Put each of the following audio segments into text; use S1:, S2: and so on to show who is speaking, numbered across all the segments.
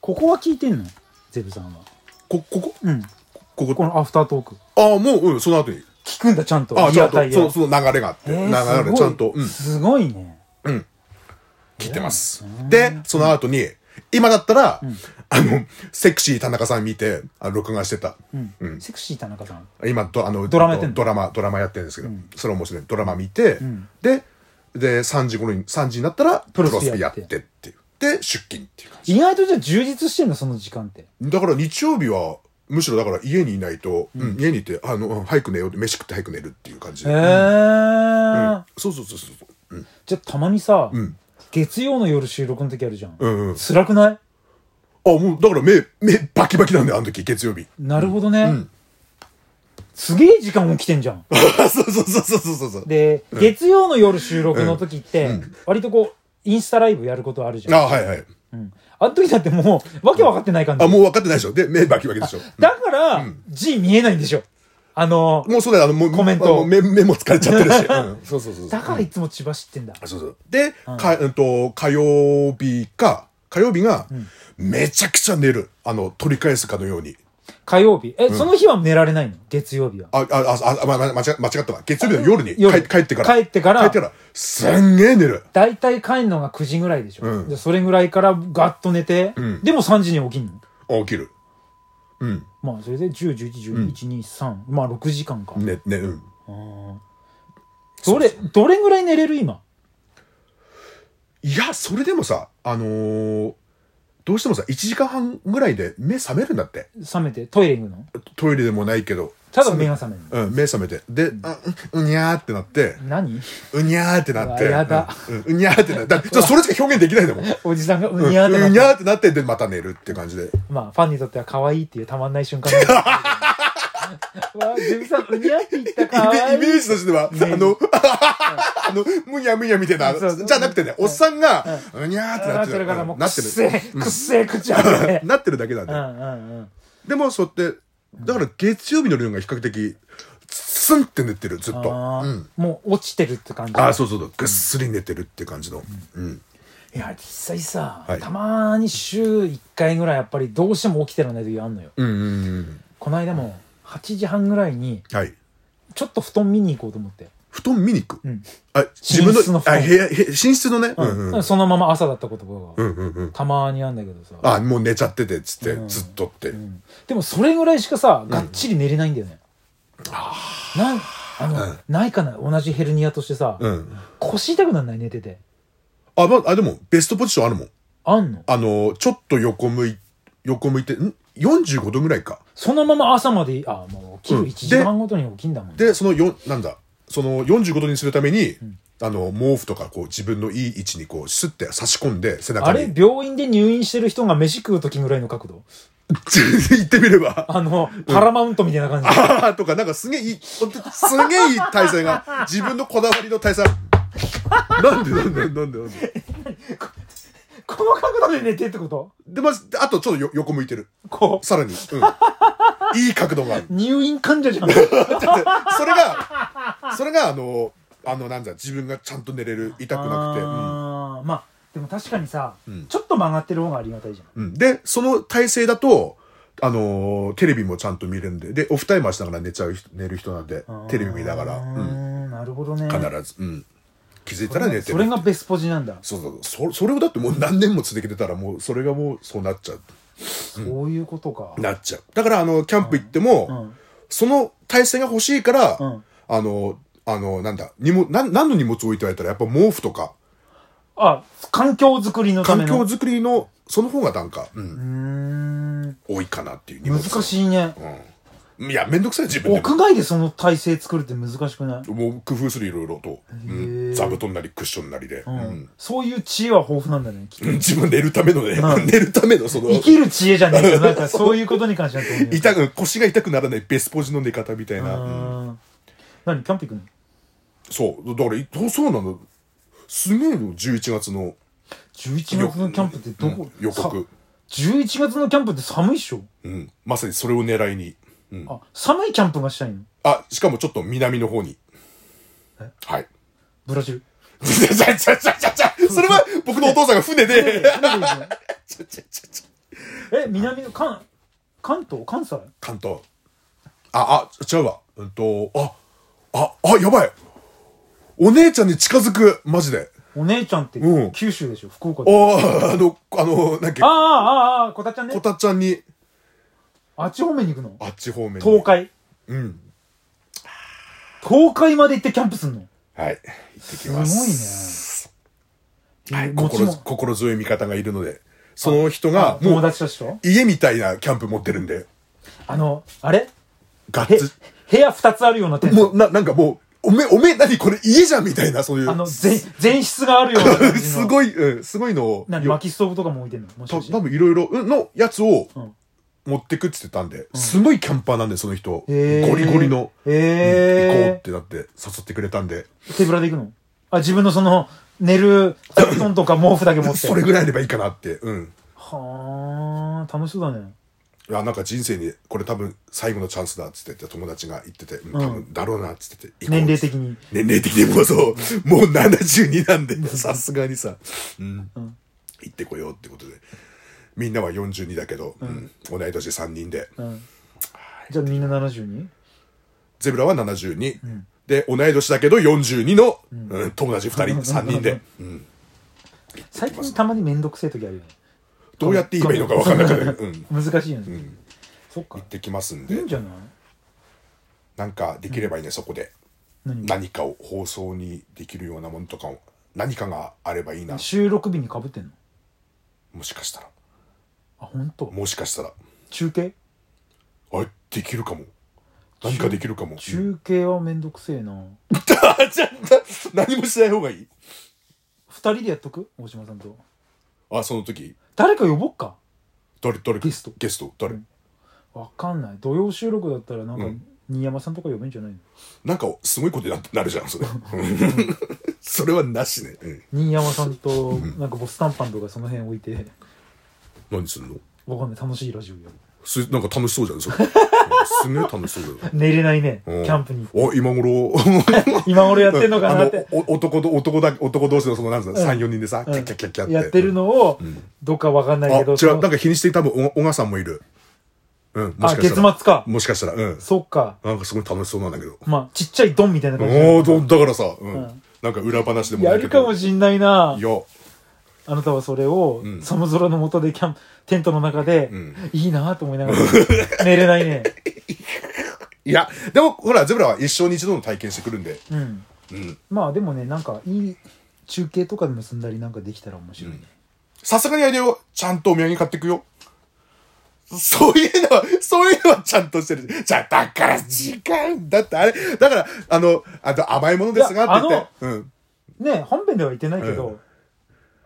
S1: ここは聞いてんのゼブさんは。
S2: こ、ここ
S1: うん。
S2: こ
S1: こ
S2: こ
S1: のアフタートーク。
S2: ああ、もう、うん、その後に。
S1: 聞くんだ、ちゃんと。
S2: ああ、
S1: リ
S2: ちゃ
S1: ア
S2: ん
S1: タイ
S2: と、
S1: で
S2: そう、その流れがあって。流
S1: えーす
S2: れ
S1: ごい
S2: ちゃんと、うん、
S1: すごいね。
S2: うん。聞いてます。で、その後に、今だったら、あの、セクシー田中さん見て、あの録画してた。
S1: うん。セクシー田中さん。
S2: 今ドあの
S1: ドラマやってんの
S2: ドラマドラマやってるんですけど、それ面白いドラマ見て、でで3時頃に3時になったらプ
S1: プ
S2: ロ
S1: ロス
S2: スピ
S1: ピや
S2: やっ
S1: ってて
S2: っていうで出勤っていう感
S1: 意外とじゃあ充実してんの、その時間って。
S2: じだから日曜日はむしろだから家にいないと、うん家にいてあのうん早く寝ようって飯食って早く寝るっていう感じ
S1: へ
S2: で、
S1: ー。
S2: そうそうそうそうそううん
S1: じゃあたまにさ
S2: うん、
S1: 月曜の夜収録の時あるじゃん。
S2: うんうん
S1: 辛くない
S2: あもうだから目目バキバキなんだよあの時月 曜日
S1: なるほどね。すげえ時間起きてんじゃん。
S2: そうそうそうそうそうそう
S1: で、月曜の夜収録の時って、割とこう、インスタライブやることあるじゃん。
S2: あはいはい
S1: うん。あの時だってもう、わけわかってない感じ
S2: あ。もう分かってないでしょで目バキバキでしょ
S1: だから、字見えないんでしょ。あの、
S2: もうそうだよあのもう
S1: コメント
S2: あの目目も疲れちゃってるし、うん、そうそうそうそう
S1: だからいつも千葉知ってんだ。
S2: そうそう。で、か、うんと、火曜日か、火曜日が、めちゃくちゃ寝る。あの、取り返すかのように。
S1: 火曜日。え、その日は寝られないの月曜日は。
S2: あ、あ、あ、あ、ま、ま間違間違ったわ。月曜日の夜に
S1: 夜
S2: 帰帰ってから。
S1: 帰ってから
S2: 帰ってから、すんげえ寝る。
S1: だいたい帰んのが9時ぐらいでしょ。
S2: うん
S1: でそれぐらいからガッと寝て、
S2: ん
S1: でも3時に起きんの。
S2: あ起きる。うん。
S1: まあ、それで10、11、12、1、2、3。まあ、6時間か。
S2: ね、ね、うん。
S1: どれ、どれぐらい寝れる今。
S2: いや、それでもさ、あのーどうしてもさ、1時間半ぐらいで目覚めるんだって。
S1: 冷めて、トイレ行くの
S2: トイレでもないけど。
S1: ただ目が覚めるの。
S2: うん、目覚めて。で、あうん、うにゃーってなって、
S1: 何
S2: うにゃーってなって。
S1: うわやだ
S2: うん。うんうにゃーってなって。だって、ちょそれしか表現できないんだもん。
S1: おじさんが
S2: う
S1: うんにゃーってなっ
S2: うんに
S1: て
S2: ゃーってなって、で、また寝るって感じで。
S1: まあ、ファンにとっては可愛いっていうたまんない瞬間なんですけ どわあ、ジュビさん、うにゃって言った
S2: イメ
S1: かわい
S2: イメージとしては、あ
S1: ね
S2: の、 あの、むにゃむにゃみたいな、
S1: そうそう
S2: じゃなくてね、おっさんが、うにゃーってな
S1: な
S2: っ
S1: ってて
S2: る
S1: るからもう、
S2: な
S1: くっ
S2: って
S1: せえ、
S2: る。
S1: くっせえ、口開け て。
S2: なってるだけな
S1: う
S2: んで
S1: んう。んうん。
S2: でも、そうやって、だから月曜日の夜が比較的、スンって寝てる、ずっと。
S1: あ
S2: う
S1: ー
S2: ん。
S1: もう落ちてるって感じ。
S2: ああ、そうそうそう、ぐっすり寝てるって感じの。うん。
S1: いや、実際さ
S2: はい、
S1: たまに週1回ぐらいやっぱりどうしても起きてらんない時があるのよ。
S2: うんうんうん。
S1: この間も、8時半ぐらいに、
S2: はい。
S1: ちょっと布団見に行こうと思って。
S2: 布団見に行く
S1: うん。
S2: あ、自分
S1: 寝室
S2: の
S1: の、布
S2: あ、
S1: 団
S2: 部屋、へ寝室のね。うんうん。
S1: そのまま朝だったこと
S2: う
S1: が、
S2: んうんうん。
S1: たまにあんだけどさ。
S2: あ、もう寝ちゃってて、つって、ずっとって。
S1: でもそれぐらいしかさ、がっちり寝れないんだよね。なん、あの、ないかな、同じヘルニアとしてさ、
S2: うん。
S1: 腰痛くなんない寝てて。
S2: あ、まあ、あでも、ベストポジションあるもん。
S1: あんの
S2: あの、ちょっと横向い、横向いて、ん ?45 度ぐらいか。
S1: そのまま朝まで、あ、もう起き
S2: うん
S1: る1時間ごとに起きんだもん。
S2: で、そのよ、なんだ、その45度にするために、あの、毛布とか、こう、自分のいい位置に、こう、スッて差し込んで、背中
S1: あ
S2: に。
S1: れ、病院で入院してる人が飯食う時ぐらいの角度
S2: 言ってみれば。
S1: あの、パラマウントみたいな感じ。
S2: あーとか、なんかすげえいい、ほんとすげえいい体勢が、自分のこだわりの体勢なんでなんでなんでなんで
S1: この角度で寝てってこと
S2: で、まず、あとちょっとよ横向いてる。
S1: こ
S2: さらに。うん。いい角度がある。
S1: う、入院患 者じゃん。
S2: それが、それが、あの、あの、なんだ、自分がちゃんと寝れる、痛くなくて。うん
S1: あーまあ、でも確かにさ、ちょっと曲がってる方がありがたいじゃん。
S2: うん、で、その体勢だと、あのーテレビもちゃんと見れるんで、で、オフタイマーしながら寝ちゃう人、寝る人なんで、テレビ見ながら、
S1: う
S2: うん、
S1: ーん、なるほどね。
S2: 必ず、うん。気づいたら寝て
S1: それ
S2: る。
S1: がベスポジなんだ。
S2: そうそうそう。そそれをだってもう何年も続けてたら、もう、それがもうそうなっちゃう。
S1: そういうことか。
S2: なっちゃう。だから、あの、キャンプ行っても、
S1: うん
S2: その体勢が欲しいから、
S1: ん
S2: あの、あの、なんだ、荷物、なん何の荷物置いてられたら、やっぱ毛布とか、
S1: あ、環境づくりのため
S2: 環
S1: の。
S2: 境づくりの、その方がなんか、うん、
S1: うーん。
S2: 多いかなっていう荷
S1: 難
S2: 物。
S1: しいね。
S2: うん。いや、めんどくさい、自分でも。
S1: 屋外でその体勢作るって難しくない、
S2: もう工夫するいろいろと、うん
S1: へえ
S2: 座布団なりクッションなりで、う
S1: うん
S2: ん
S1: そういう知恵は豊富なんだね。きっと
S2: 自分寝るためのね、
S1: うん
S2: 寝るためのその
S1: 生きる知恵じゃねえ けど、なんかそういうことに関してはどう思う
S2: 痛く腰が痛くならないベスポジの寝方みたいな、うん
S1: あー何キャンプ行くの
S2: そうだからいそうそうなのすげえの11月の
S1: ?11 月のキャンプってどこ、
S2: 予告
S1: さ、?11 月のキャンプって寒いっしょ、
S2: うん、まさにそれを狙いに、うん、
S1: あ、寒いキャンプがしたいの
S2: あしかもちょっと南の方にはい
S1: ブラジル。
S2: ちゃちゃちゃちゃちゃそれは僕のお父さんが船で
S1: なんで行くの
S2: ちゃちゃちゃちゃ
S1: え南の関関東関西
S2: 関東。あ、あ、違うわ。うんと、あ、あ、あ、やばい。お姉ちゃんに近づく、マジで。
S1: お姉ちゃんって
S2: うん
S1: 九州でしょ福岡で
S2: ああ、あの、あの、なん
S1: あ
S2: か、
S1: あああああこたちゃん
S2: こ
S1: ね
S2: たちゃんに、
S1: あっち方面に行くの
S2: あっち方面に。
S1: 東。海
S2: うん。
S1: 東海まで行ってキャンプすんの
S2: はい。行ってきます。
S1: すごいねえ
S2: は
S1: ー
S2: い。
S1: もちろ
S2: 心、
S1: ん
S2: 心強い味方がいるので、その人が、も
S1: 友
S2: う、
S1: 達たちと
S2: 家みたいなキャンプ持ってるんで、
S1: あのあれ
S2: ガッ
S1: へ
S2: ツ。
S1: 部屋2つあるようなテン
S2: も
S1: ト
S2: う、な、なんかもう、おめ、おめ、何これ家じゃんみたいな、そういう。
S1: あの全全室があるような感じの
S2: すごい、うん、すごいのを、
S1: 何
S2: よ
S1: 薪ストーブとかも置いてんのもしたかして
S2: 多分いろいろうんのやつを
S1: うん
S2: 持ってくっつってたんで、すごいキャンパーなんで、その人。
S1: へー
S2: ゴリゴリの、
S1: へー
S2: 行こうってなって、誘ってくれたんで、
S1: 手ぶらで行くのあ自分のその寝る座布団とか毛布だけ持って
S2: それぐらいあればいいかなって、うん。
S1: はあ楽しそうだね
S2: いや、なんか人生に、これ多分最後のチャンスだっつってて、友達が言ってて、うん多分だろうなっつってて、行こう
S1: 年齢的に
S2: 年齢的にもそう、もう72なんで、 さすがにさ、うん、行ってこようってことで。みんなは42だけど、うん同い年3人で、
S1: うんじゃあみんな 72?
S2: ゼブラは72、で、同い年だけど42の、うん友達2人、3人 で、うん
S1: 最近たまに面倒くせえ時あるよね
S2: どうやって言えばいいのか分かんなくて、うん、行
S1: 難しいよね、そっか
S2: ってきますん
S1: いい
S2: で
S1: ん、じゃない
S2: なんかできればいいね、そこで。
S1: 何
S2: 何かを放送にできるようなものとかを、何かがあればいいな、
S1: 収録日にかぶってんの
S2: もしかしたら、
S1: あ本当。
S2: もしかしたら、
S1: 中継
S2: あれ、できるかも。何かできるかも。うん
S1: 中継は面倒くせえな
S2: あじゃあな何もしない方がいい
S1: 二人でやっとく大島さんと
S2: あその時
S1: 誰か呼ぼっか
S2: 誰誰
S1: ゲスト
S2: ゲスト誰、
S1: わかんない土曜収録だったらなんか、
S2: うん
S1: 新山さんとか呼べんじゃないの
S2: なんかすごいことになってなるじゃん それ それはなしね、うん、
S1: 新山さんとなんかボスタンパンとかその辺置いて
S2: 何するの
S1: わかんない楽しいラジオやる
S2: すなんか楽しそうじゃんそれ うんすげえ楽しそうだよ
S1: 寝れないねキ
S2: うん
S1: ャンプに
S2: お今頃
S1: 今頃やってんのかなって
S2: あのお男と男だ男同士のそのなんつうの、34人でさ、
S1: うん
S2: キャッキャッキャッキャって
S1: やってるのをどっかわかんない
S2: あ
S1: けど
S2: 違
S1: そう
S2: な
S1: の
S2: んか日にして多分お小川さんもいるうんも
S1: あ
S2: しかし
S1: 月
S2: た
S1: 末
S2: ら
S1: か
S2: もしかしたらうん
S1: そっか
S2: なんかすごい楽しそうなんだけど
S1: まあちっちゃいドンみたいな感じ
S2: おおだからさ、うん
S1: うん
S2: なんか裏話でも
S1: や
S2: ない
S1: るかもしんないない
S2: や
S1: あなたはそれを
S2: ん
S1: 寒空の下でキャンプテントの中で
S2: ん
S1: いいなと思いながら寝れないね
S2: いや、でも、ほら、ゼブラは一生に一度の体験してくるんで。
S1: うん
S2: うん。
S1: まあでもねなんかいい中継とかで結んだりなんかできたら面白いね
S2: さすがにあれよ、ちゃんとお土産買ってくよ。そういうのは、そういうのはちゃんとしてる。じゃあ、だから、時間だって、あれ、だから、あの、あと甘いものですが、って言って。うん。
S1: ね本編では言ってないけど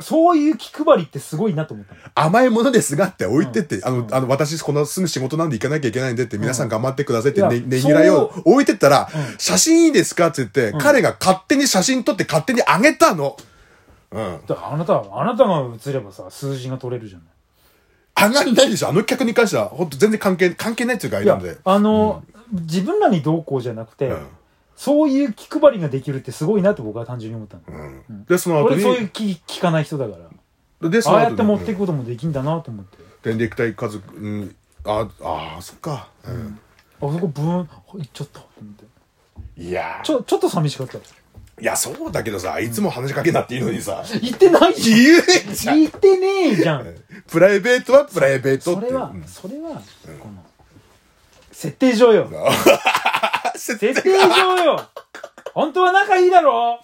S1: そういう気配りってすごいなと思ったの
S2: 甘いものですがって置いてって、あの、あの、私、このすぐ仕事なんで行かなきゃいけないんでって、皆さん頑張ってくださいって、
S1: いや
S2: ね、ねぎらいを
S1: そう
S2: 置いてったら、写真いいですかって言って、彼が勝手に写真撮って勝手にあげたの。うん。
S1: だからあなたはあなたが映ればさ数字が取れるじゃない
S2: 上がんないでしょあの客に関しては、本当全然関係、関係ないっていうか、あ
S1: い
S2: れな
S1: や
S2: んで。
S1: あの、自分らにどうこうじゃなくて、
S2: うん
S1: そういう気配りができるってすごいなと僕は単純に思ったの、
S2: うんで、その後
S1: 俺
S2: に、
S1: そういう気聞かない人だから
S2: で、そ
S1: あ
S2: の
S1: あ
S2: 後
S1: やって持っ
S2: に
S1: ていくこともできんだなと思って、
S2: 電力隊家族、うん、あ、あー、そっか。うん。
S1: あそこブーンあ行っちゃったと思って
S2: いや
S1: ちょちょっと寂しかった
S2: いや、そうだけどさ、いつも話しかけなっていいのにさ、
S1: 行ってないじゃん
S2: 言えじゃん。
S1: 行ってねえじゃん
S2: プライベートはプライベート
S1: そ
S2: って。
S1: れは
S2: うん
S1: それはこの設定上よ
S2: 設定
S1: 設定上よ本当は仲いいだろ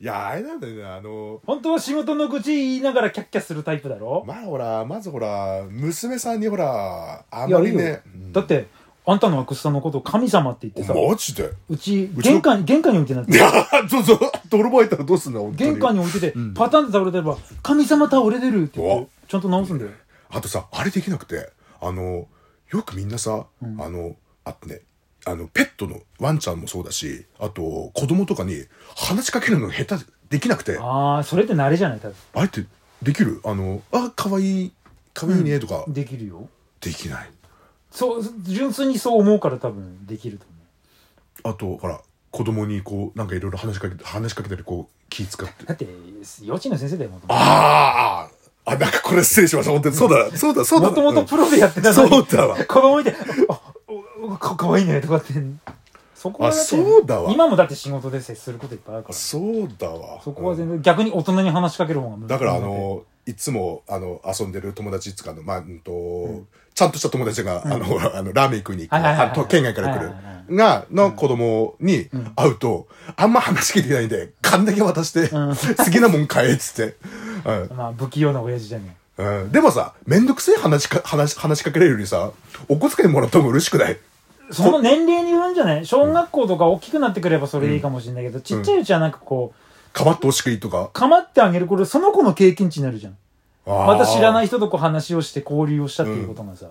S2: いや、あれなんだよね、あの、
S1: 本当は仕事の愚痴言いながらキャッキャするタイプだろ
S2: まあほら、まずほら、娘さんにほら、あん
S1: いや
S2: ま
S1: い
S2: り
S1: いよ
S2: ね、
S1: だってあんたのアクスタのことを神様って言ってさ
S2: マジで。
S1: うち
S2: うちの
S1: 玄関玄関に置いてなっ
S2: い
S1: て
S2: や、そうそう、泥棒入ったらどうすんだ、本当に。
S1: 玄関に置いててパタンと倒れてれば「神様倒れてる」って言っ
S2: お
S1: てちゃんと直すんだよ
S2: あとさ、あれできなくて、あの、よくみんなさ、あの、あってね、あの、ペットのワンちゃんもそうだし、あと、子供とかに話しかけるのが下手で、できなくて、あ
S1: ああそれって慣れじゃない多分
S2: れってできるあの、あ、かわいい、かわいいね、とか、
S1: できるよ
S2: できない。
S1: そう純粋にそう思うから多分できると思う
S2: あと、ほら、子供にこう、なんかいろいろ話しかけて、話しかけたり、こう、気使って。
S1: だって幼稚園の先生だよもともと
S2: あああ、なんかこれ失礼しました。本当に。そうだ、そうだ、そうだ。
S1: もともとプロでやってたのに、
S2: そうだわ。
S1: 子供見て、あ、おおかかわいいねとかって、そこはだ
S2: あ
S1: って、
S2: そうだわ
S1: 今もだって仕事で接することいっぱいあるから、
S2: そうだわ。
S1: そこは全然、逆に大人に話しかける方が難しい。
S2: だからあ、のいつもあの遊んでる友達っつうかあのまあうんと、ちゃんとした友達が、あのあ のラーメン食いに行く、
S1: はいはいはいはい
S2: あの県外から来る、
S1: はいはいは
S2: がの子供に会うと、あんま話聞いてないんで勘だけ渡して、 好きなもん買えっつって、うん
S1: まあ、不器用な親父じゃね
S2: うん、でもさめんどくせえ話か話話しかけられるよりさお小遣いもらった方が嬉しくない
S1: えその年齢によるんじゃない小学校とか大きくなってくればそれでいいかもしれないけど、ちっちゃいうちはなんかこう、
S2: かばってほしくいいとか
S1: かまってあげるこれその子の経験値になるじゃんまた知らないい人とこう話をして交流をしたっていうことがさ、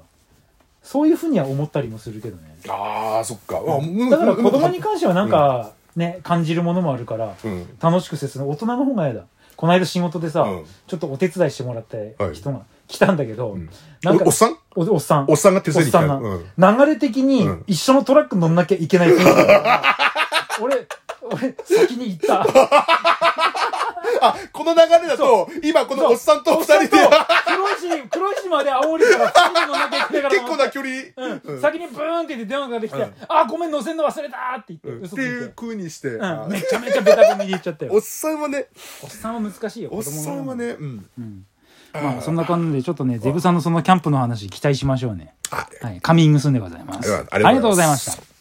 S1: そういうふうには思ったりもするけどね
S2: あーそっか、あうん
S1: だから子供に関してはなんかね、感じるものもあるから、
S2: うん
S1: 楽しく接する大人の方が嫌だこの間仕事でさ、
S2: うん
S1: ちょっとお手伝いしてもらって
S2: はい
S1: 人が来たんだけど、なんか
S2: おおっさん
S1: おおっさん
S2: おっさんが手
S1: おっ
S2: 伝いに来
S1: さ
S2: た
S1: んが、
S2: うん
S1: 流れ的に
S2: うん
S1: 一緒のトラック乗んなきゃいけない雰囲気だから、俺俺先に行った
S2: あ、この流れだと、今このおっさんと二人で、
S1: 黒石黒石まで青森から次に乗んなきゃいけないから
S2: 結構な距離、
S1: う、
S2: うんん
S1: 先にブーンって言って電話ができて、
S2: うん
S1: あ、ごめん、乗せんの忘れたーって言って、
S2: うんっ
S1: 嘘
S2: て
S1: ついて。
S2: いう風にして、
S1: う
S2: あ
S1: ん、めちゃめちゃベタ踏みに言っちゃったよ。
S2: おっさんはね、
S1: おっさんは難しいよ、
S2: おっさんはね、。うん。
S1: まあ、そんな感じで、ちょっとね、ゼブさんのそのキャンプの話、期待しましょうね。
S2: あ
S1: はい、カミングスンでございます。
S2: ありがと
S1: ありが
S2: うございます
S1: とうございました。